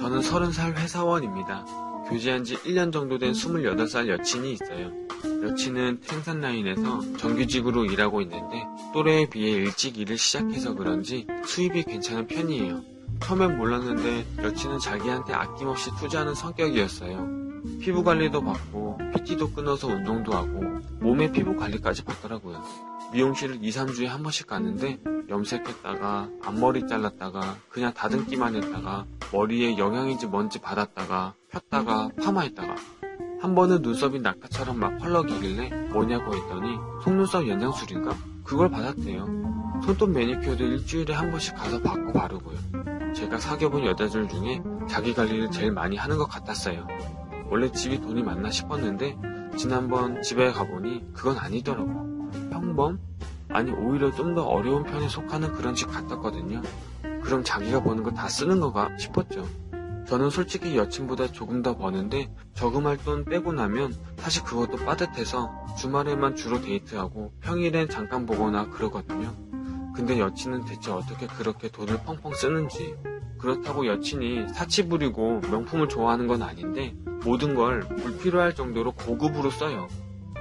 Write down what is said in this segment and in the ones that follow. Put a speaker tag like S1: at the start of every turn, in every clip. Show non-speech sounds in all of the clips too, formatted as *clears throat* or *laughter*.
S1: 저는 30살 회사원입니다. 교제한 지 1년 정도 된 28살 여친이 있어요. 여친은 생산 라인에서 정규직으로 일하고 있는데 또래에 비해 일찍 일을 시작해서 그런지 수입이 괜찮은 편이에요. 처음엔 몰랐는데 여친은 자기한테 아낌없이 투자하는 성격이었어요. 피부 관리도 받고 PT도 끊어서 운동도 하고 몸의 피부 관리까지 받더라고요. 미용실을 2, 3주에 한 번씩 갔는데 염색했다가 앞머리 잘랐다가 그냥 다듬기만 했다가 머리에 영양인지 뭔지 받았다가 폈다가 파마했다가 한 번은 눈썹이 낙타처럼 막 펄럭이길래 뭐냐고 했더니 속눈썹 연장술인가? 그걸 받았대요. 손톱 매니큐어도 일주일에 한 번씩 가서 받고 바르고요. 제가 사귀어본 여자들 중에 자기 관리를 제일 많이 하는 것 같았어요. 원래 집이 돈이 많나 싶었는데 지난번 집에 가보니 그건 아니더라고. 평범? 아니 오히려 좀 더 어려운 편에 속하는 그런 집 같았거든요. 그럼 자기가 버는 거 다 쓰는 거가 싶었죠. 저는 솔직히 여친보다 조금 더 버는데 저금할 돈 빼고 나면 사실 그것도 빠듯해서 주말에만 주로 데이트하고 평일엔 잠깐 보거나 그러거든요. 근데 여친은 대체 어떻게 그렇게 돈을 펑펑 쓰는지 그렇다고 여친이 사치 부리고 명품을 좋아하는 건 아닌데 모든 걸 불필요할 정도로 고급으로 써요.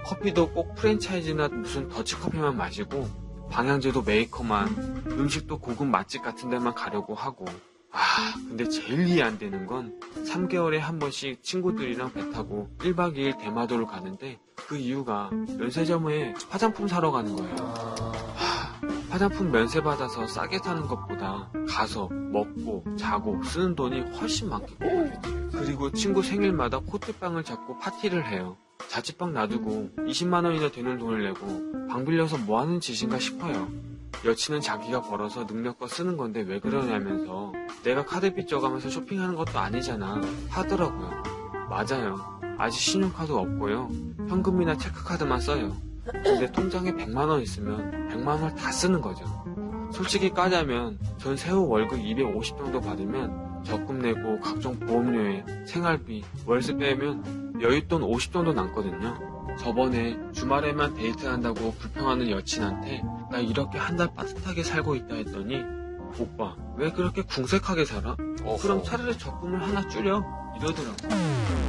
S1: 커피도 꼭 프랜차이즈나 무슨 더치커피만 마시고 방향제도 메이커만 음식도 고급 맛집 같은 데만 가려고 하고 아 근데 제일 이해 안 되는 건 3개월에 한 번씩 친구들이랑 배 타고 1박 2일 대마도를 가는데 그 이유가 면세점에 화장품 사러 가는 거예요 아, 화장품 면세 받아서 싸게 사는 것보다 가서 먹고 자고 쓰는 돈이 훨씬 많겠고 그리고 친구 생일마다 코트빵을 잡고 파티를 해요 자취방 놔두고 20만 원이나 되는 돈을 내고 방 빌려서 뭐 하는 짓인가 싶어요. 여친은 자기가 벌어서 능력껏 쓰는 건데 왜 그러냐면서 내가 카드 빚 져가면서 쇼핑하는 것도 아니잖아 하더라고요. 맞아요. 아직 신용카드 없고요. 현금이나 체크카드만 써요. 근데 통장에 100만 원 있으면 100만 원을 다 쓰는 거죠. 솔직히 까자면 전 세후 월급 250 정도 받으면 적금 내고 각종 보험료에 생활비, 월세 빼면 여윳돈 50 정도 남거든요. 저번에 주말에만 데이트한다고 불평하는 여친한테 나 이렇게 한 달 빠듯하게 살고 있다 했더니 오빠 왜 그렇게 궁색하게 살아? 그럼 차라리 적금을 하나 줄여 이러더라고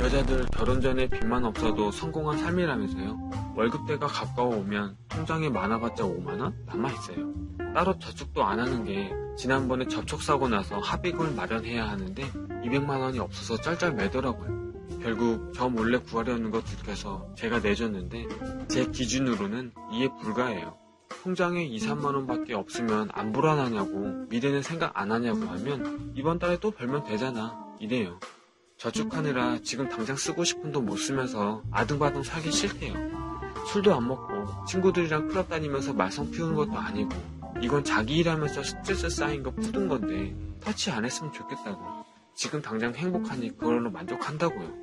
S1: 여자들 결혼 전에 빚만 없어도 성공한 삶이라면서요 월급대가 가까워오면 통장에 많아봤자 5만원 남아있어요 따로 저축도 안 하는 게 지난번에 접촉사고 나서 합의금을 마련해야 하는데 200만원이 없어서 짤짤 매더라고요 결국 저 몰래 구하려는 거 들켜서 제가 내줬는데 제 기준으로는 이해 불가해요 통장에 2, 3만원 밖에 없으면 안 불안하냐고 미래는 생각 안 하냐고 하면 이번 달에 또 벌면 되잖아. 이래요. 저축하느라 지금 당장 쓰고 싶은 돈 못 쓰면서 아등바등 살기 싫대요. 술도 안 먹고 친구들이랑 클럽 다니면서 말썽 피우는 것도 아니고 이건 자기 일하면서 스트레스 쌓인 거 푸든 건데 터치 안 했으면 좋겠다고. 지금 당장 행복하니 그걸로 만족한다고요.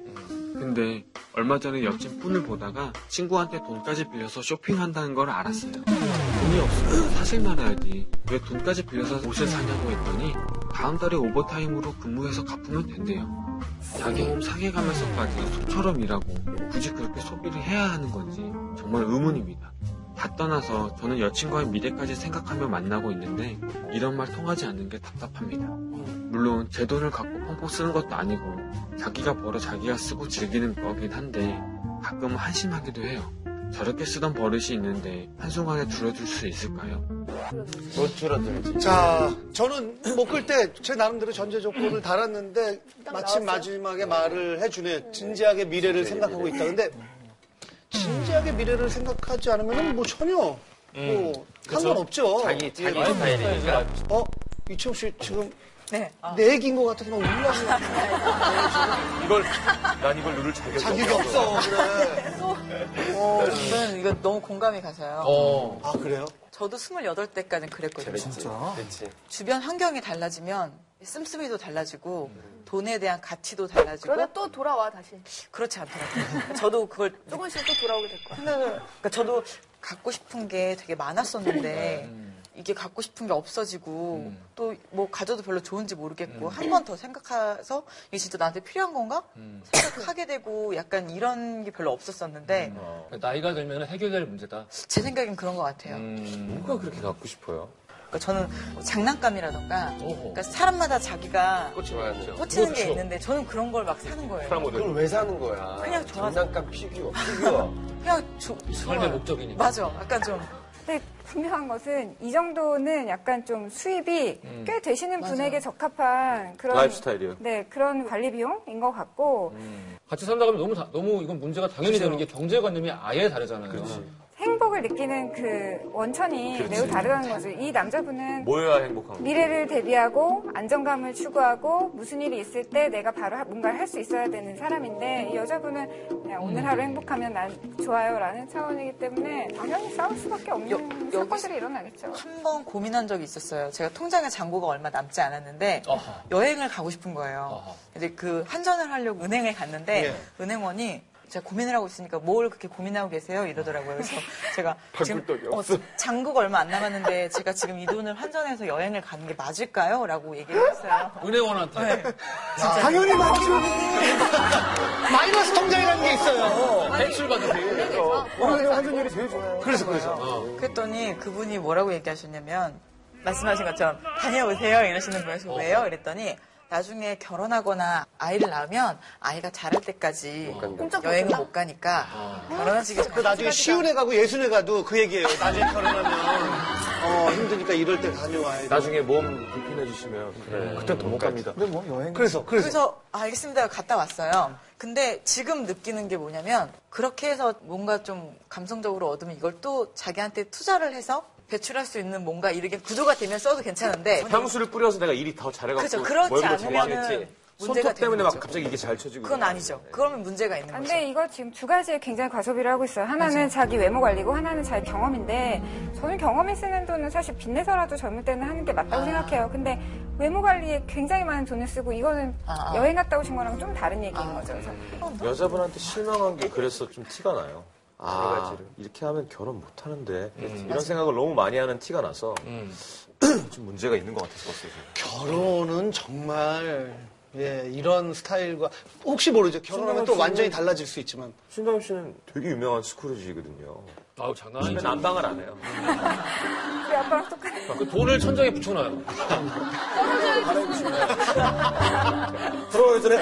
S1: 근데 얼마 전에 옆집 분을 보다가 친구한테 돈까지 빌려서 쇼핑한다는 걸 알았어요. 돈이 없으면 사실 말아야지. 왜 돈까지 빌려서 옷을 사냐고 했더니 다음 달에 오버타임으로 근무해서 갚으면 된대요. 자기 몸 상해가면서까지 속처럼 일하고 굳이 그렇게 소비를 해야 하는 건지 정말 의문입니다. 다 떠나서 저는 여친과의 미래까지 생각하며 만나고 있는데 이런 말 통하지 않는 게 답답합니다. 물론 제 돈을 갖고 펑펑 쓰는 것도 아니고 자기가 벌어 자기가 쓰고 즐기는 거긴 한데 가끔 한심하기도 해요. 저렇게 쓰던 버릇이 있는데 한순간에 줄어들 수 있을까요?
S2: 못 줄어들지.
S3: 자, 저는 먹을 때 제 나름대로 전제 조건을 달았는데 마침 마지막에 말을 해주네요. 진지하게 미래를 생각하고 있다. 근데 진지하게 미래를 생각하지 않으면 뭐 전혀
S4: 음,
S3: 뭐 상관없죠.
S2: 자기
S3: 예.
S2: 자기 스타일이니까.
S3: 어? 이청 씨 지금
S5: 네. 아,
S3: 내 얘기인 것 같아서 막
S4: *laughs*
S3: 울라고
S2: 이걸 난 이걸 누를 자격이,
S3: 자기가 없어. 그래.
S5: *laughs*
S3: 어.
S5: 네. 저는 이거 너무 공감이 가서요.
S2: 어.
S3: 아, 그래요?
S5: 저도 28대까지는 그랬거든요.
S2: 그랬지. 그랬지.
S5: 주변 환경이 달라지면 씀씀이도 달라지고
S2: 음.
S5: 돈에 대한 가치도 달라지고
S6: 그러다 또 돌아와 다시
S5: 그렇지 않더라고요. *laughs* 저도 그걸
S6: 조금씩 또 돌아오게 될 거야.
S5: 그러니까 저도 갖고 싶은 게 되게 많았었는데
S2: 네.
S7: 음,
S5: 이게 갖고 싶은 게 없어지고
S2: 음.
S5: 또 뭐 가져도 별로 좋은지 모르겠고 한 번 더 생각해서 이게 진짜 나한테 필요한 건가
S7: 음.
S5: 생각하게 되고 약간 이런 게 별로 없었었는데
S2: 음.
S7: 어.
S4: 나이가 들면 해결될 문제다.
S5: 제 생각엔 그런 것 같아요.
S2: 음.
S4: 누가 그렇게 갖고 싶어요?
S5: 그러니까 저는 뭐 장난감이라던가
S2: 오호.
S5: 그러니까 사람마다 자기가
S2: 꽂혀야죠. 그렇죠.
S5: 꽂히는 게 있는데 저는 그런 걸 막 사는 거예요.
S2: 프라모델.
S4: 그걸 왜 사는 거야?
S5: 그냥 좋아서.
S4: 장난감 피규어, 피규어.
S5: 그냥 조, 좋아요.
S2: 삶의 목적이니까.
S5: 맞아. 약간 좀
S8: 근데 분명한 것은 이 정도는 약간 좀 수입이 꽤 되시는 분에게 적합한 그런
S2: 아. 라이프스타일이요.
S8: 네 그런 관리 비용인 것 같고
S7: 같이 살다 보면 너무 다- 너무 이건 문제가 당연히 되는 게 경제관념이 아예 다르잖아요.
S8: 행복을 느끼는 그 원천이 매우 다르다는 거죠. 이 남자분은
S2: 뭐여야 행복한 거?
S8: 미래를 대비하고 안정감을 추구하고 무슨 일이 있을 때 내가 바로 하- 뭔가를 할 수 있어야 되는 사람인데 이 여자분은 그냥 오늘 하루 행복하면 난 좋아요라는 차원이기 때문에 당연히 싸울 수밖에 없는
S5: 여-
S8: 사건들이 일어나겠죠.
S5: 한 번 고민한 적이 있었어요. 제가 통장에 잔고가 얼마 남지 않았는데
S2: 아하.
S5: 여행을 가고 싶은 거예요.
S2: 아하. 예.
S5: 이제 그 환전을 하려고 은행에 갔는데 은행원이 제가 고민을 하고 있으니까 뭘 그렇게 고민하고 계세요 이러더라고요. 그래서
S2: *laughs*
S5: 제가 지금 어, 잔고가 얼마 안 남았는데 제가 지금 이 돈을 환전해서 여행을 가는 게 맞을까요?라고 얘기를 했어요.
S7: 은행원한테
S3: 당연히 맞죠. 마이너스 통장이라는 게 있어요.
S7: 대출 받으세요.
S3: 오늘 환전율이 제일 좋아요. 그래서 그래서.
S5: 그랬더니 그분이 뭐라고 얘기하셨냐면 말씀하신 것처럼 다녀오세요 이러시는 분에서 왜요? 이랬더니 나중에 결혼하거나 아이를 낳으면 아이가 자랄 때까지 여행을 못 가니까 결혼하시기 전에
S3: 그 나중에 시운에 가고 예순에 가도 그 얘기예요. 나중에 결혼하면 어, 힘드니까 이럴 때 다녀와야 돼.
S2: 나중에 몸 불편해 주시면 그래. 네. 그때 더 못 갑니다.
S3: 그래서 그래서
S5: 그래서 알겠습니다 갔다 왔어요. 근데 지금 느끼는 게 뭐냐면 그렇게 해서 뭔가 좀 감성적으로 얻으면 이걸 또 자기한테 투자를 해서 배출할 수 있는 뭔가 이렇게 구조가 되면 써도 괜찮은데
S2: 향수를 뿌려서 내가 일이 더 잘해갖고
S5: 뭐 그렇죠. 그렇지
S2: 월급을 더 많이
S5: 않으면은
S2: 했지.
S5: 문제가
S2: 손톱 때문에
S5: 되는
S2: 막
S5: 거죠.
S2: 갑자기 이게 잘 쳐지고
S5: 그건
S2: 이러는
S5: 아니죠.
S2: 거잖아요.
S5: 그러면 문제가 있는 거죠.
S8: 근데 이거 지금 두 가지에 굉장히 과소비를 하고 있어요. 하나는 자기 외모 관리고 하나는 자기 경험인데 저는 경험에 쓰는 돈은 사실 빚내서라도 젊을 때는 하는 게 맞다고 생각해요. 근데 외모 관리에 굉장히 많은 돈을 쓰고 이거는
S5: 아, 아.
S8: 여행 갔다 오신 거랑 좀 다른 얘기인 거죠. 그래서
S4: 여자분한테 실망한 게 그래서 좀 티가 나요. 아, 이렇게 하면 결혼 못 하는데.
S2: 음.
S4: 이런 생각을 너무 많이 하는 티가 나서 *clears throat* 좀 문제가 있는 것 같아서 어요
S3: 결혼은 정말 예 이런 스타일과 혹시 모르죠. 결혼하면 또
S4: 신혼여행
S3: 완전히 달라질 수 있지만
S4: 신동엽 씨는 되게 유명한 스크루지거든요.
S7: 아우 장난 아니지.
S2: 그러면 안방을 안 해요.
S8: 우리 아빠랑 똑같은
S7: 그 돈을 천장에 붙여놔요.
S4: 들어오기 전에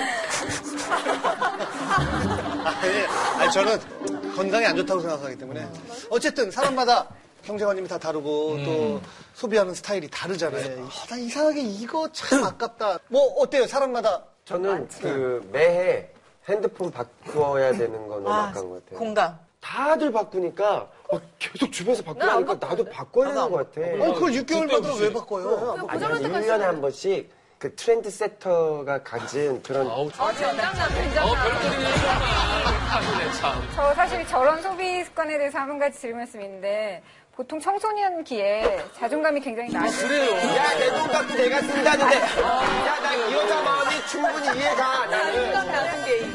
S3: 아예 아니 저는 건강에 안 좋다고 생각하기 때문에
S4: 음.
S3: 어쨌든 사람마다 경제관념이 다 다르고 또 소비하는
S4: 네.
S3: 스타일이 다르잖아요. 아, 나 이상하게 이거 참 아깝다. 뭐 어때요? 사람마다
S9: 저는 그 매해 핸드폰 바꿔야 되는 건 너무
S5: 아,
S9: 아까운 것 같아요.
S5: 공감.
S9: 다들 바꾸니까 막 계속 주변에서 바꾸니까 나도 바꿔야 되는 것 같아.
S4: 음.
S3: 어 그걸 6개월마다 왜
S4: 어,
S3: 바꿔요?
S9: 아니, 한 1년에 한 번씩 그 트렌드 세터가 가진 그런
S7: 아우 장 어, 별거리 내잖아. 참.
S8: *laughs* 저 사실 저런 소비 습관에 대해서 한 가지 드릴 말씀이 있는데 보통 청소년기에 자존감이 굉장히 낮아요.
S7: 그래요.
S9: 야, 내 돈 갖고 내가 쓴다는데. 야, 나 이 여자 마음이 충분히 이해가. 나는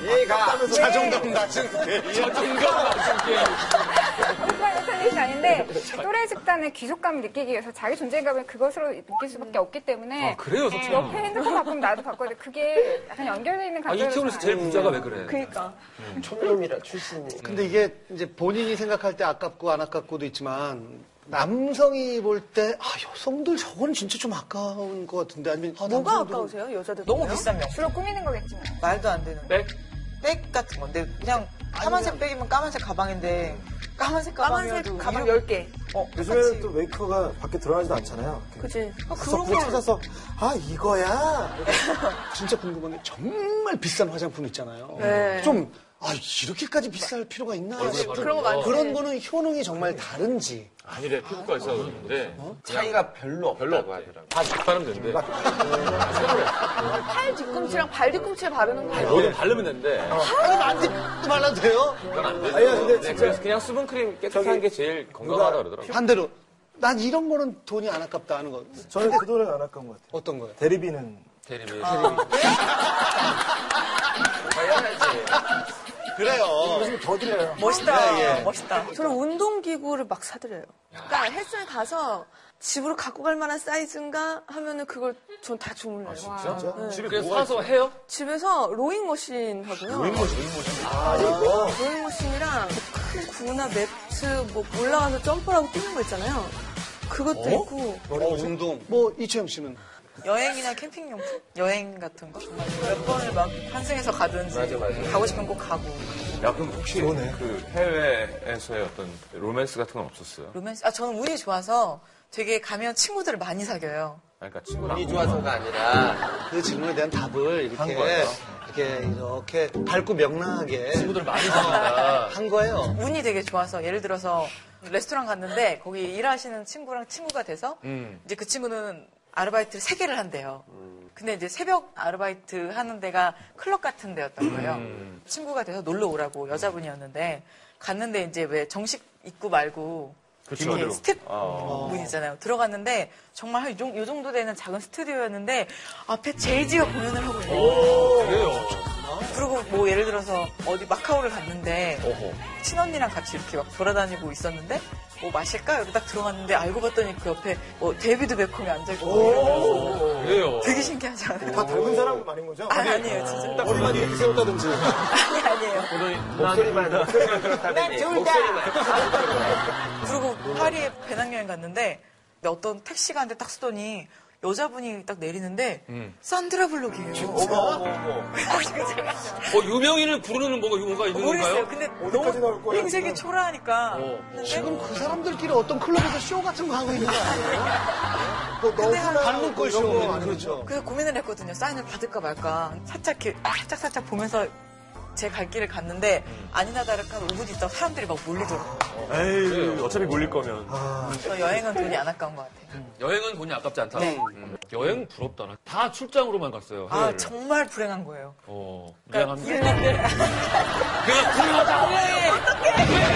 S9: 이해가. 네.
S3: 자존감 낮은 게.
S7: 자존감 낮은 게.
S8: 정말 틀린 게 아닌데 또래 집단의 귀속감을 느끼기 위해서 자기 존재감을 그것으로 느낄 수밖에 없기
S2: 아,
S8: 때문에 네,
S7: 그래요,
S8: 옆에
S7: 석찬.
S8: 핸드폰 바꾸면 나도 바꿔야 돼. 그게 약간 연결되어 있는
S7: 아,
S8: 감정이
S7: 이태원에서 제일 부자가 왜 그래?
S6: 그니까.
S9: 촌놈이라 출신이.
S3: 근데 이게 이제 본인이 생각할 때 아깝고 안 아깝고도 있지만 남성이 볼 때 아, 여성들 저건 진짜 좀 아까운 것 같은데 아니면 아,
S6: 뭐가
S3: 남성들
S6: 아까우세요, 여자들?
S5: 너무 비싼 명.
S8: 주로 꾸미는 거겠지만.
S5: 말도 안 되는
S2: 백?
S5: 백 같은 건데 그냥 까만색 백이면 까만색 가방인데 까만색 가방이어도
S6: 까만색 가방
S5: 이렇게-
S6: 10개.
S5: 어,
S4: 요즘에는 또 웨이커가 밖에 들어가지도 않잖아요.
S6: 그치.
S5: 아,
S4: 그래서
S5: 그런 걸
S4: 찾아서 아 이거야.
S3: 진짜 궁금한 게 정말 비싼 화장품 있잖아요.
S6: 네.
S3: 좀 아, 이렇게까지 비쌀 필요가 있나 싶은
S6: 그런 거 많지.
S3: 그런 거는 효능이 정말 다른지
S2: 아니래 피부과 의사가 그러는데
S4: 차이가 별로 없다고
S2: 별로
S4: 하더라고요. 아,
S2: 없대. 다 낙바르면 된대.
S6: 팔 뒤꿈치랑 발 뒤꿈치에 바르는 거예요.
S2: 너는 바르면 된대.
S9: 아,
S3: 또 말라도 돼요?
S4: 네. 아, 아니야 근데
S2: 네, 그래서 그냥 수분크림 깨끗한 게 제일 건강하다 그러더라고.
S3: 반대로 난 이런 거는 돈이 안 아깝다 하는 거
S10: 저는 그 돈을 안 아까운 것 같아요.
S3: 어떤 거예요?
S10: 대리비는
S2: 대리비.
S3: 그래요. 어,
S10: 요즘 더 드려요.
S5: 멋있다. 멋있다.
S6: 저는 운동기구를 막 사드려요. 그러니까 헬스장 가서 집으로 갖고 갈 만한 사이즈인가 하면은 그걸 전 다 주문해요.
S7: 그래서 사서 해요?
S6: 집에서 로잉 머신 하고요. 로잉 머신, 로잉 머신. 아, 이거? 로잉 머신이랑 큰 구나 매트 뭐 올라가서 점프하고 뛰는 거 있잖아요. 그것도 있고
S3: 어, 운동. 뭐, 이채영 씨는?
S5: 여행이나 캠핑용품? 여행 같은 거? 정말 몇 번을 막 환승해서 가든지 가고 싶으면 꼭 가고
S2: 야, 그럼 혹시 그 해외에서의 어떤 로맨스 같은 건 없었어요?
S5: 로맨스 아 저는 운이 좋아서 되게 가면 친구들을 많이 사귀어요
S2: 아니, 그러니까 친구랑.
S9: 이 좋아서가 아니라
S3: 그 질문에 대한 답을 이렇게,
S2: 거예요.
S3: 이렇게, 이렇게 밝고 명랑하게 어,
S7: 친구들 많이 사귄다.
S3: 한 거예요.
S5: 운이 되게 좋아서 예를 들어서 레스토랑 갔는데 거기 일하시는 친구랑 친구가 돼서
S7: 음.
S5: 이제 그 친구는 아르바이트를 세 개를 한대요. 근데 이제 새벽 아르바이트 하는 데가 클럽 같은 데였던 거예요. 친구가 돼서 놀러 오라고 여자분이었는데 갔는데 이제 왜 정식 입구 말고
S2: 그
S5: 이렇게 스텝
S2: 어,
S5: 문 있잖아요. 들어갔는데 정말 한 요, 정- 요 정도 되는 작은 스튜디오였는데 앞에 제이지가 공연을 하고 있는 거예요. 그리고 뭐 예를 들어서 어디 마카오를 갔는데 친언니랑 같이 이렇게 막 돌아다니고 있었는데 뭐 마실까? 이러고 딱 들어갔는데 알고 봤더니 그 옆에 뭐 데이비드 베컴이 앉아있고
S2: 그래요.
S5: 되게 신기하지 않아요?
S9: 다 닮은 사람 말인 거죠?
S5: 아, 아니에요 진짜
S9: 머리만 이렇게 세웠다든지
S5: 아니 아니에요
S9: 목소리만
S2: 아,
S9: 목소리만 그렇다든지 네, 목소리만
S5: *laughs* 그리고 파리에 배낭여행 갔는데 근데 어떤 택시가 한 대 딱 쓰더니 여자분이 딱 내리는데
S9: 음.
S5: 산드라 블록이에요 *laughs* 그래가지고 제가
S7: 어, 유명인을 부르는 뭔가, 뭔가 있는
S5: 모르겠어요
S7: 건가요?
S5: 근데
S9: 어디까지 나올
S5: 너무
S9: 거야, 어,
S5: 인생이
S9: 그럼?
S5: 초라하니까 근데
S3: 지금 그 사람들끼리 어떤 클럽에서 쇼 같은 거 하고 있는 거 아니에요?
S9: 또뭐 너무
S3: 반문골 쇼.
S9: 이런 거 아니에요?
S3: 그렇죠.
S5: 그래서 고민을 했거든요. 사인을 받을까 말까. 살짝 이렇게 아, 살짝 살짝 보면서 제 갈 길을 갔는데
S9: 음.
S5: 아니나 다를까 한 5분 있다가 사람들이 막 몰리더라고요.
S4: 에이, 어차피 몰릴 거면.
S5: 그래서 여행은 돈이 안 아까운 것
S9: 음,
S5: 같아요.
S7: 여행은 돈이 아깝지 않다.
S5: 네.
S7: 음. 여행 부럽다. 나. 다 출장으로만 갔어요.
S5: 아
S7: 해외를.
S5: 정말 불행한 거예요.
S7: 어,
S5: 그러니까
S7: 미안합니다.
S5: 불행한데
S7: 내가
S9: 아,
S7: 불행하다.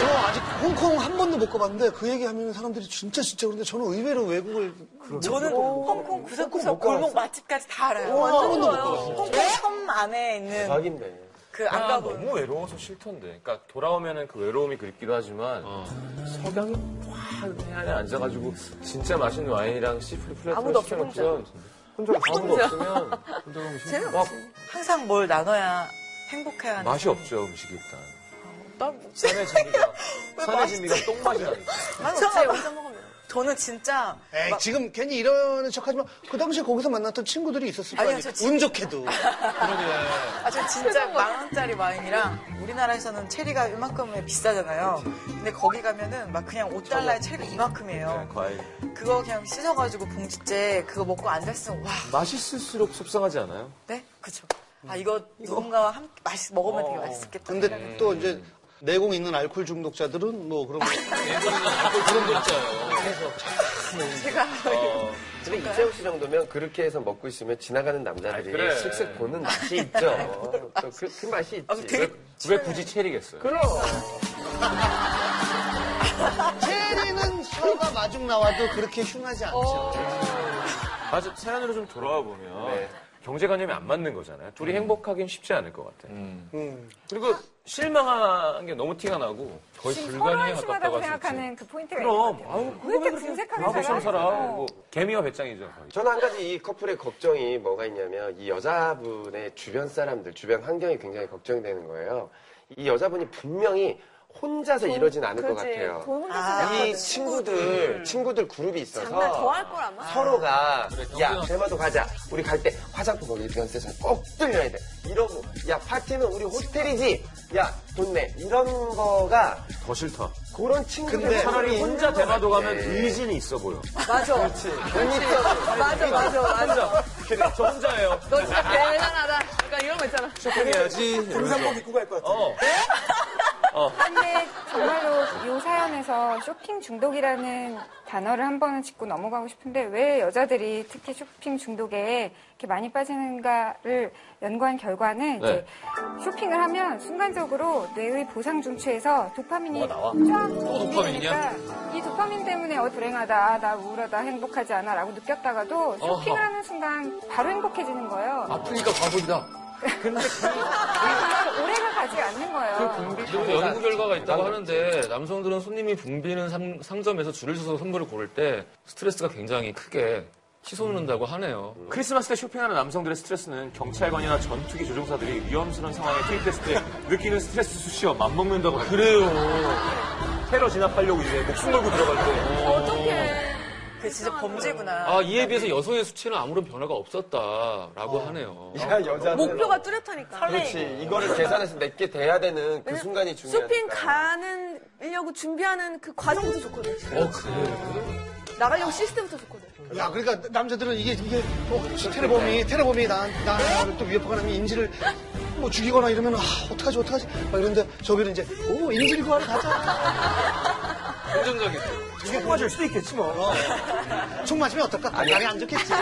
S3: 저 아직 홍콩 한 번도 못 가봤는데 그 얘기하면 사람들이 진짜 진짜 그런데 저는 의외로 외국을
S5: 저는 홍콩 구석구석 골목 맛집까지 다 알아요.
S3: 완전 못
S5: 홍콩 섬 안에
S2: 아,
S5: 있는
S9: 대박인데
S5: 그 안
S4: 네.
S5: 가본
S2: 너무 외로워서 싫던데. 그러니까 돌아오면은 그 외로움이 그립기도 하지만
S4: 어.
S2: 석양이 확 해안에 앉아가지고 진짜 맛있는 와인이랑 시푸드 플레이트
S6: 아무도 없어,
S9: 혼자 아무도
S5: 혼자.
S9: 없으면
S4: *laughs*
S5: 재미없어. 항상 뭘 나눠야 행복해야 하는
S2: 맛이 없죠 음식이 일단.
S5: 난
S2: 산의 진미가 산의
S5: 맛있지?
S2: 진미가 똥맛이 나니까.
S6: 진짜 혼자 먹으면
S5: 저는 진짜
S3: 에이,
S5: 막
S3: 지금 괜히 이러는 척하지만 그 당시에 거기서 만났던 친구들이 있었을 거
S5: 아니요,
S3: 아니에요.
S5: 저 진-
S3: 운
S5: *laughs*
S3: 좋게도.
S5: 아,
S6: *laughs*
S5: 저 진짜 만 원짜리 와인이랑 우리나라에서는 체리가 이만큼에 비싸잖아요. 근데 거기 가면은 막 그냥 5달러에 체리가 이만큼이에요.
S2: 네, 과일.
S5: 그거 그냥 씻어가지고 봉지째 그거 먹고 앉았으면 와,
S2: 맛있을수록 속상하지 않아요?
S5: 네? 그쵸. 아, 이거 어. 누군가와 함께 맛있, 먹으면 되게 맛있겠다.
S3: 근데 또 이제 내공 있는 알코올 중독자들은 뭐 그런 거.
S5: 제가
S9: 근데 이채영 씨 정도면 그렇게 해서 먹고 있으면 지나가는 남자들이
S2: 아, 그래.
S9: 슬슬 보는 맛이 있죠 또 그 맛이 있지
S5: 아, 되게
S2: 왜 굳이 체리겠어요?
S9: 그럼
S3: 체리는 서로가 마중 나와도 그렇게 흉하지 않죠.
S5: 어.
S2: 맞아 세안으로 좀 돌아와 보면
S9: 네.
S2: 경제관념이 안 맞는 거잖아요. 둘이 행복하긴 쉽지 않을 것 같아. 그리고 실망한 게 너무 티가 나고 거의
S8: 지금
S2: 불가능에
S8: 서로를
S2: 가깝다고
S8: 심하다고
S2: 할수 있어요.
S8: 생각하는 그 포인트가
S2: 그럼
S8: 있는 것
S2: 아우
S8: 같아요.
S2: 그거 왜
S8: 그렇게
S2: 그렇게
S8: 궁색하게
S2: 바보처럼
S8: 살아?
S2: 살아.
S8: 어.
S2: 뭐, 개미와 배짱이죠. 거의.
S9: 저는 한 가지 이 커플의 걱정이 뭐가 있냐면 이 여자분의 주변 사람들, 주변 환경이 굉장히 걱정되는 거예요. 이 여자분이 분명히 혼자서 이러진 않을 것
S8: 그렇지.
S9: 같아요.
S8: 돈 혼자 음.
S5: 아,
S9: 이 친구들, 친구들 그룹이
S6: 장난 더
S9: 있어서
S6: 할 걸 아마
S9: 서로가 야, 대마도 가자. 우리 갈 때 화장품 거기 연세선 꼭 들려야 돼. 이러고 야, 파티는 우리 호텔이지. 야, 돈 내. 이런 거가
S4: 더 싫다.
S9: 그런 친구들
S3: 근데
S9: 차라리
S2: 혼자 대마도 가면
S4: 의진이 있어 보여.
S6: 맞아 그렇지 맞아 맞아 맞아
S2: 근데 저 혼자예요.
S6: 너 진짜 대단하다 약간 이런 거 있잖아
S2: 해야지.
S9: 등산복 입고 갈 것 같아.
S2: 어.
S8: 근데 정말로 이 사연에서 쇼핑 중독이라는 단어를 한 번은 짚고 넘어가고 싶은데 왜 여자들이 특히 쇼핑 중독에 이렇게 많이 빠지는가를 연구한 결과는 이제
S7: 네.
S8: 쇼핑을 하면 순간적으로 뇌의 보상 중추에서 도파민이 쫙 분비되니까 이 도파민 때문에 어 불행하다, 아, 나 우울하다, 행복하지 않아라고 느꼈다가도 쇼핑을
S7: 어허.
S8: 하는 순간 바로 행복해지는 거예요.
S7: 아프니까 바보이다.
S8: 그래서 오래가 가지 않는 거예요.
S7: 아, 그리고 연구 결과가 있다고 하는데 남성들은 손님이 붐비는 삼- 상점에서 줄을 서서 선물을 고를 때 스트레스가 굉장히 크게 치솟는다고 하네요.
S2: 크리스마스 때 쇼핑하는 남성들의 스트레스는 경찰관이나 전투기 조종사들이 위험스러운 상황에 투입됐을 때 느끼는 스트레스 수치와 맞먹는다고 그래요.
S4: 테러 진압하려고 이제 목숨 걸고 들어갈 때
S6: 어떡해.
S5: 그 진짜 범죄구나.
S7: 아, 이에 비해서 여성의 수치는 아무런 변화가 없었다라고 하네요.
S9: 야, 여자는.
S6: 목표가 뚜렷하니까.
S9: 그렇지. 이거를 계산해서 내게 돼야 되는 그 순간이 중요하니까.
S6: 쇼핑 가는, 려고 준비하는 그 과정부터 좋거든.
S7: 어, 그래.
S6: 나가려고 시스템부터 좋거든.
S3: 야, 그러니까 남자들은 이게 이게 또 테러범이 테러범이 나나또 위협하거나 인지를 뭐 죽이거나 이러면 아 어떡하지 어떡하지 막 이런데 저기는 이제 오 인지를 구하러 가자.
S1: 긍정적이죠.
S3: 이게 뽑아줄 어. 수도 있겠지 뭐. 총 맞으면 어떨까? 아니 안 좋겠지.